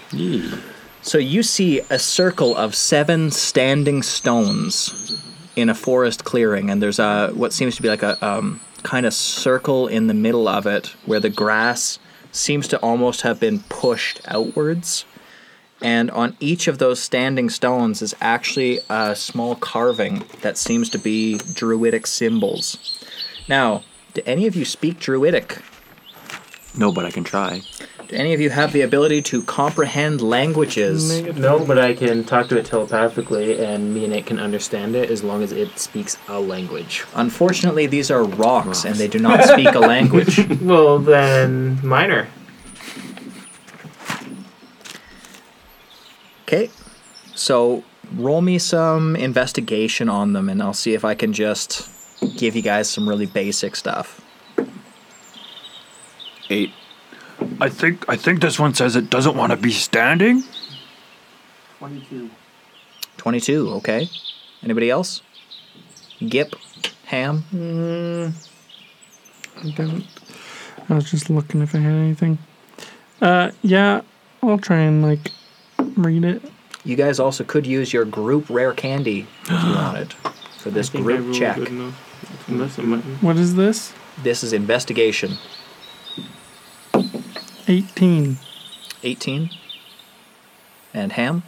So you see a circle of seven standing stones in a forest clearing, and there's a what seems to be like a um, kind of circle in the middle of it where the grass seems to almost have been pushed outwards. And on each of those standing stones is actually a small carving that seems to be druidic symbols. Now, do any of you speak druidic?
No, but I can try.
Do any of you have the ability to comprehend languages?
No, but I can talk to it telepathically, and me and it can understand it as long as it speaks a language.
Unfortunately, these are rocks and they do not speak a language.
Well, then, minor.
Okay. So roll me some investigation on them and I'll see if I can just give you guys some really basic stuff.
Eight.
I think I think this one says it doesn't want to be standing.
22, okay. Anybody else? Gip? Ham?
I don't. I was just looking if I had anything. Uh, yeah, I'll try and like read it.
You guys also could use your group rare candy if you wanted for this group check.
What is this?
This is investigation.
18.
18. And ham?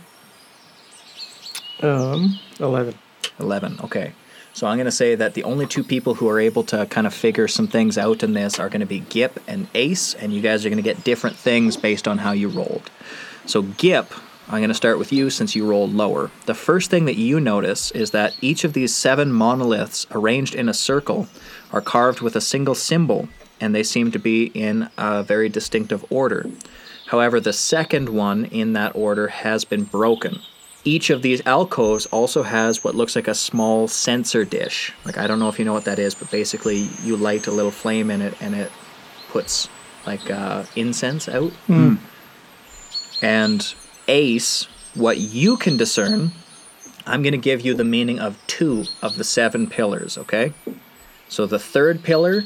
Um, eleven.
11. Okay. So I'm going to say that the only two people who are able to kind of figure some things out in this are going to be Gip and Ace, and you guys are going to get different things based on how you rolled. So Gip, I'm going to start with you since you rolled lower. The first thing that you notice is that each of these seven monoliths arranged in a circle are carved with a single symbol, and they seem to be in a very distinctive order. However, the second one in that order has been broken. Each of these alcoves also has what looks like a small sensor dish. Like, I don't know if you know what that is, but basically, you light a little flame in it and it puts like uh, incense out.
Mm.
And Ace, what you can discern, I'm going to give you the meaning of two of the seven pillars, okay? So the third pillar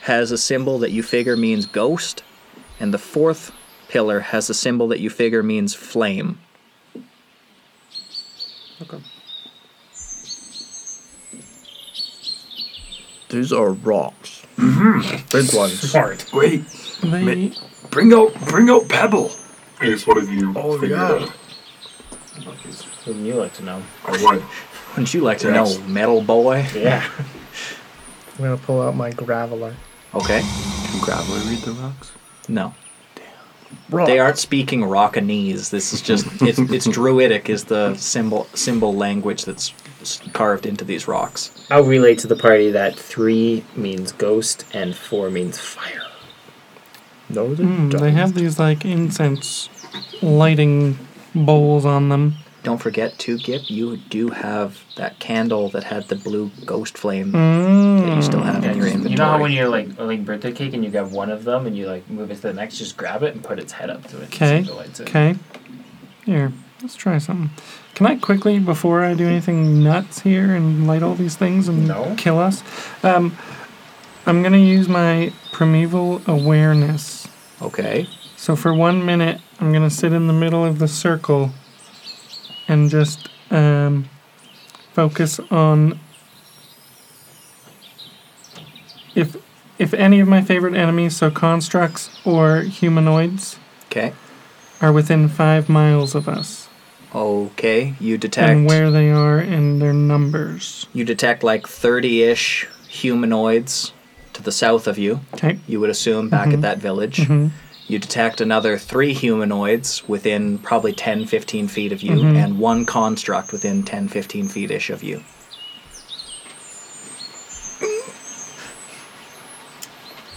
has a symbol that you figure means ghost, and the fourth pillar has a symbol that you figure means flame.
These are rocks. Big ones.
Smart. Wait.
They,
Bring out, bring out Pebble.
Ace, what have you
Oh,
figured
yeah.
out?
Wouldn't you like to know?
I want.
Wouldn't you like to
Yes.
know, metal boy?
Yeah.
I'm gonna pull out my graveler.
Okay.
Can Graveler read the rocks?
No. They aren't speaking Rockanese. This is just it's, it's druidic is the symbol symbol language that's s- carved into these rocks.
I'll relay to the party that three means ghost and four means fire.
No, they
mm, they have these like incense lighting bowls on them.
Don't forget to Gip, you do have that candle that had the blue ghost flame that you still have in your inventory.
You know how when you're like eating birthday cake and you grab one of them and you like move it to the next, just grab it and put its head up to it.
Okay.
See if it lights it.
Okay. Here, let's try something. Can I quickly, before I do anything nuts here and light all these things and
No.
kill us? Um, I'm gonna use my primeval awareness.
okay.
So for one minute, I'm gonna sit in the middle of the circle and just um, focus on if if any of my favorite enemies, so constructs or humanoids,
Okay.
are within five miles of us
Okay. You detect
and where they are and their numbers.
you detect like 30-ish humanoids to the south of you.
Okay.
You would assume back
Mm-hmm.
at that village.
Mhm.
You detect another three humanoids within probably 10, 15 feet of you,
Mm-hmm.
Mhm.
and one construct within 10, 15 feet ish of you.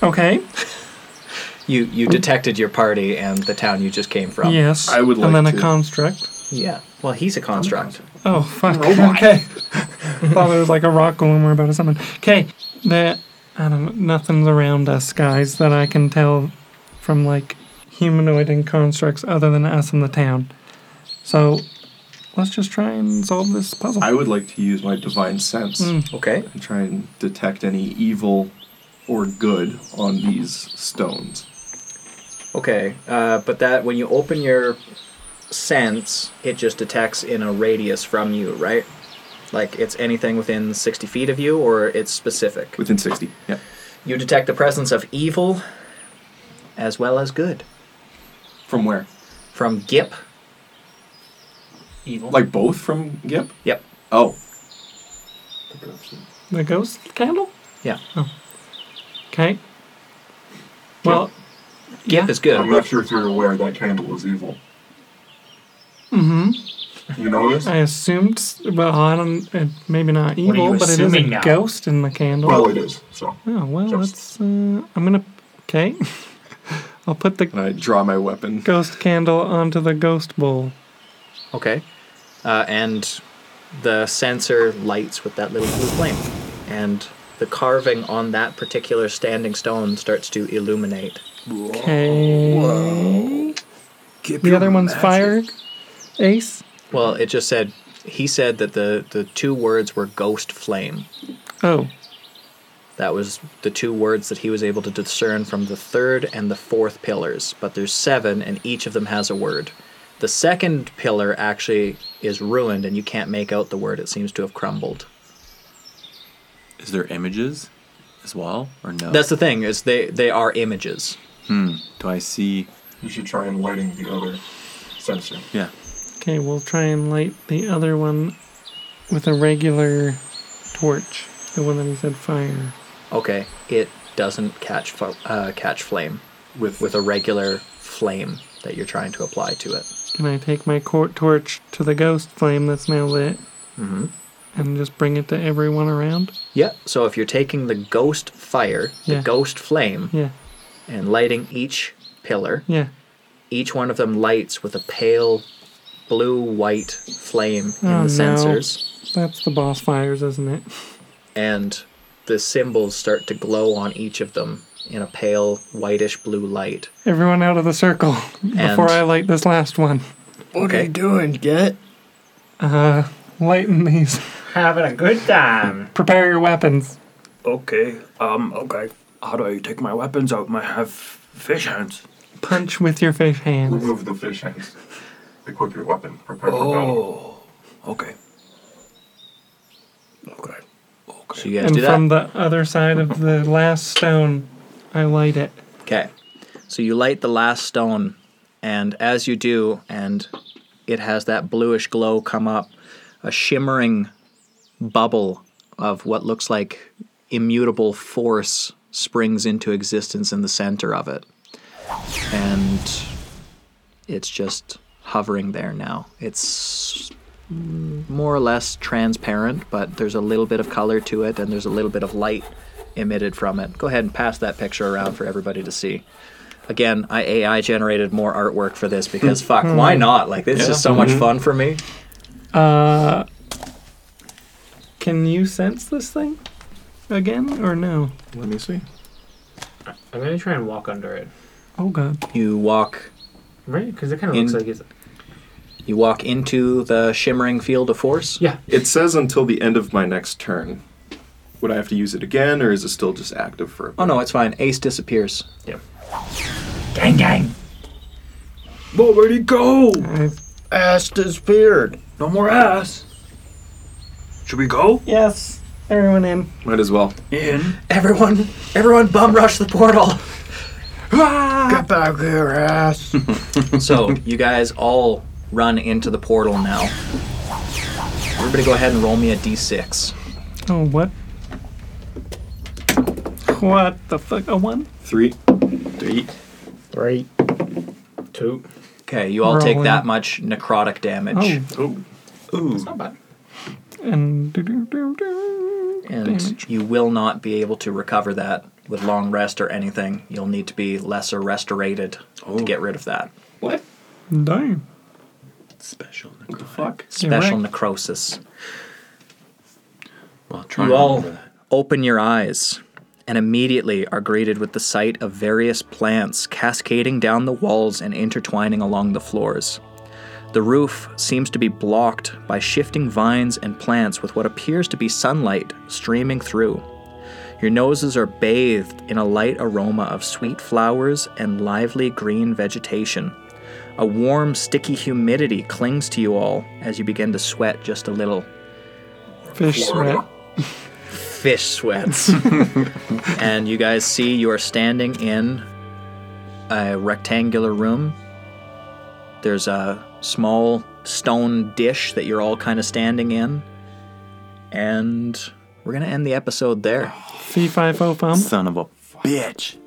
Okay.
You you detected your party and the town you just came from.
yes.
Um, I would
and
like
then
to-
a construct.
Yeah. Well, he's a construct.
Oh fuck. Okay. Thought it was like a rock golem or about something. Okay. There. I don't. know, Nothing's around us, guys, that I can tell from like humanoid and constructs other than us in the town. So let's just try and solve this puzzle.
I would like to use my divine sense
Mm.
Okay.
and try and detect any evil or good on these stones.
Okay. Uh, but that when you open your sense, it just detects in a radius from you, right? Like it's anything within 60 feet of you, or it's specific.
Within 60. Yeah.
You detect the presence of evil as well as good.
From where?
From Gip.
Evil.
Like both from Gip?
Yep.
Oh.
the ghost candle.
Yeah.
Okay. Well. Yeah.
Gip is good.
I'm not sure if you're aware that candle is evil.
Mm-hmm.
You know this?
I assumed. s- Well, I don't. Uh, maybe
What
not
are
evil,
you
but it is a
assuming now?
ghost in the candle.
Well, it is. So
oh well,
just-
that's. Uh, I'm gonna. Okay. I'll put the
And I draw my weapon.
ghost candle onto the ghost bowl.
Okay. Uh, and the sensor lights with that little blue flame. And the carving on that particular standing stone starts to illuminate.
Okay.
Get
The
your
other one's
magic.
fire. Ace.
Well, it just said, he said that the, the two words were ghost flame.
Oh.
That was the two words that he was able to discern from the third and the fourth pillars, but there's seven and each of them has a word. The second pillar actually is ruined and you can't make out the word. It seems to have crumbled.
Is there images as well or no?
That's the thing is they they are images.
hmm. Do I see?
you should try and lighting the other sensor.
Yeah.
Okay, we'll try and light the other one with a regular torch, the one that he said fire.
Okay, it doesn't catch fu- uh, catch flame
with
with a regular flame that you're trying to apply to it.
Can I take my court torch to the ghost flame that's now lit
Mm-hmm.
and just bring it to everyone around?
Yeah. So if you're taking the ghost fire,
Yeah.
the ghost flame,
Yeah,
and lighting each pillar,
yeah.
each one of them lights with a pale blue white flame in
Oh,
the sensors,
No. That's the boss fires, isn't it?
and the symbols start to glow on each of them in a pale whitish blue light.
Everyone out of the circle before
And-
I light this last one.
What are you
doing, Get?
Uh, lighten these.
Having a good time.
Prepare your weapons.
Okay, um, okay. How do I take my weapons out? I have fish hands.
Punch with your fish hands.
Remove the fish hands. Equip your weapon. Prepare for battle.
Oh, okay. Okay.
So you guys
And
do that.
from the other side of the last stone, I light it.
Okay. So you light the last stone, and as you do, and it has that bluish glow come up, a shimmering bubble of what looks like immutable force springs into existence in the center of it. And it's just hovering there now. It's more or less transparent, but there's a little bit of color to it and there's a little bit of light emitted from it. Go ahead and pass that picture around for everybody to see. Again, I AI generated more artwork for this because fuck, why not? Like this
Yeah.
is so much
Mhm.
fun for me.
Uh, can you sense this thing again or no?
Let me see.
I'm gonna try and walk under it.
Oh god.
You walk
Right? Because it kind of
In-
looks like it's.
you walk into the shimmering field of force.
Yeah.
It says until the end of my next turn. Would I have to use it again, or is it still just active for? A
Oh no, it's fine. Ace disappears.
Gang, gang.
Whoa, where'd he go?
I,
Ass disappeared.
No more ass. Should we go?
yes. Everyone in.
Might as well.
In.
Everyone everyone bum rush the portal.
Get back here, ass.
so you guys all run into the portal now. Everybody go ahead and roll me a D6.
Oh what? What the fuck? A one?
Three, three.
Right.
Two.
Okay, you all take
Rolling.
that much necrotic damage.
Oh.
Oh, ooh,
Not bad.
And do, do, do,
Oh,
do.
and
Damage.
you will not be able to recover that with long rest or anything. You'll need to be lesser restorated
Oh.
to get rid of that.
what?
Damn.
Special. What the fuck?
Special
right.
necrosis.
Well, try
You
and
all
remember that.
open your eyes and immediately are greeted with the sight of various plants cascading down the walls and intertwining along the floors. The roof seems to be blocked by shifting vines and plants with what appears to be sunlight streaming through. Your noses are bathed in a light aroma of sweet flowers and lively green vegetation. A warm, sticky humidity clings to you all as you begin to sweat just a little.
Fish sweat.
Fish sweats. and you guys see you are standing in a rectangular room. There's a small stone dish that you're all kind of standing in. And we're going to end the episode there.
Fee fi fo fum.
Son of a bitch.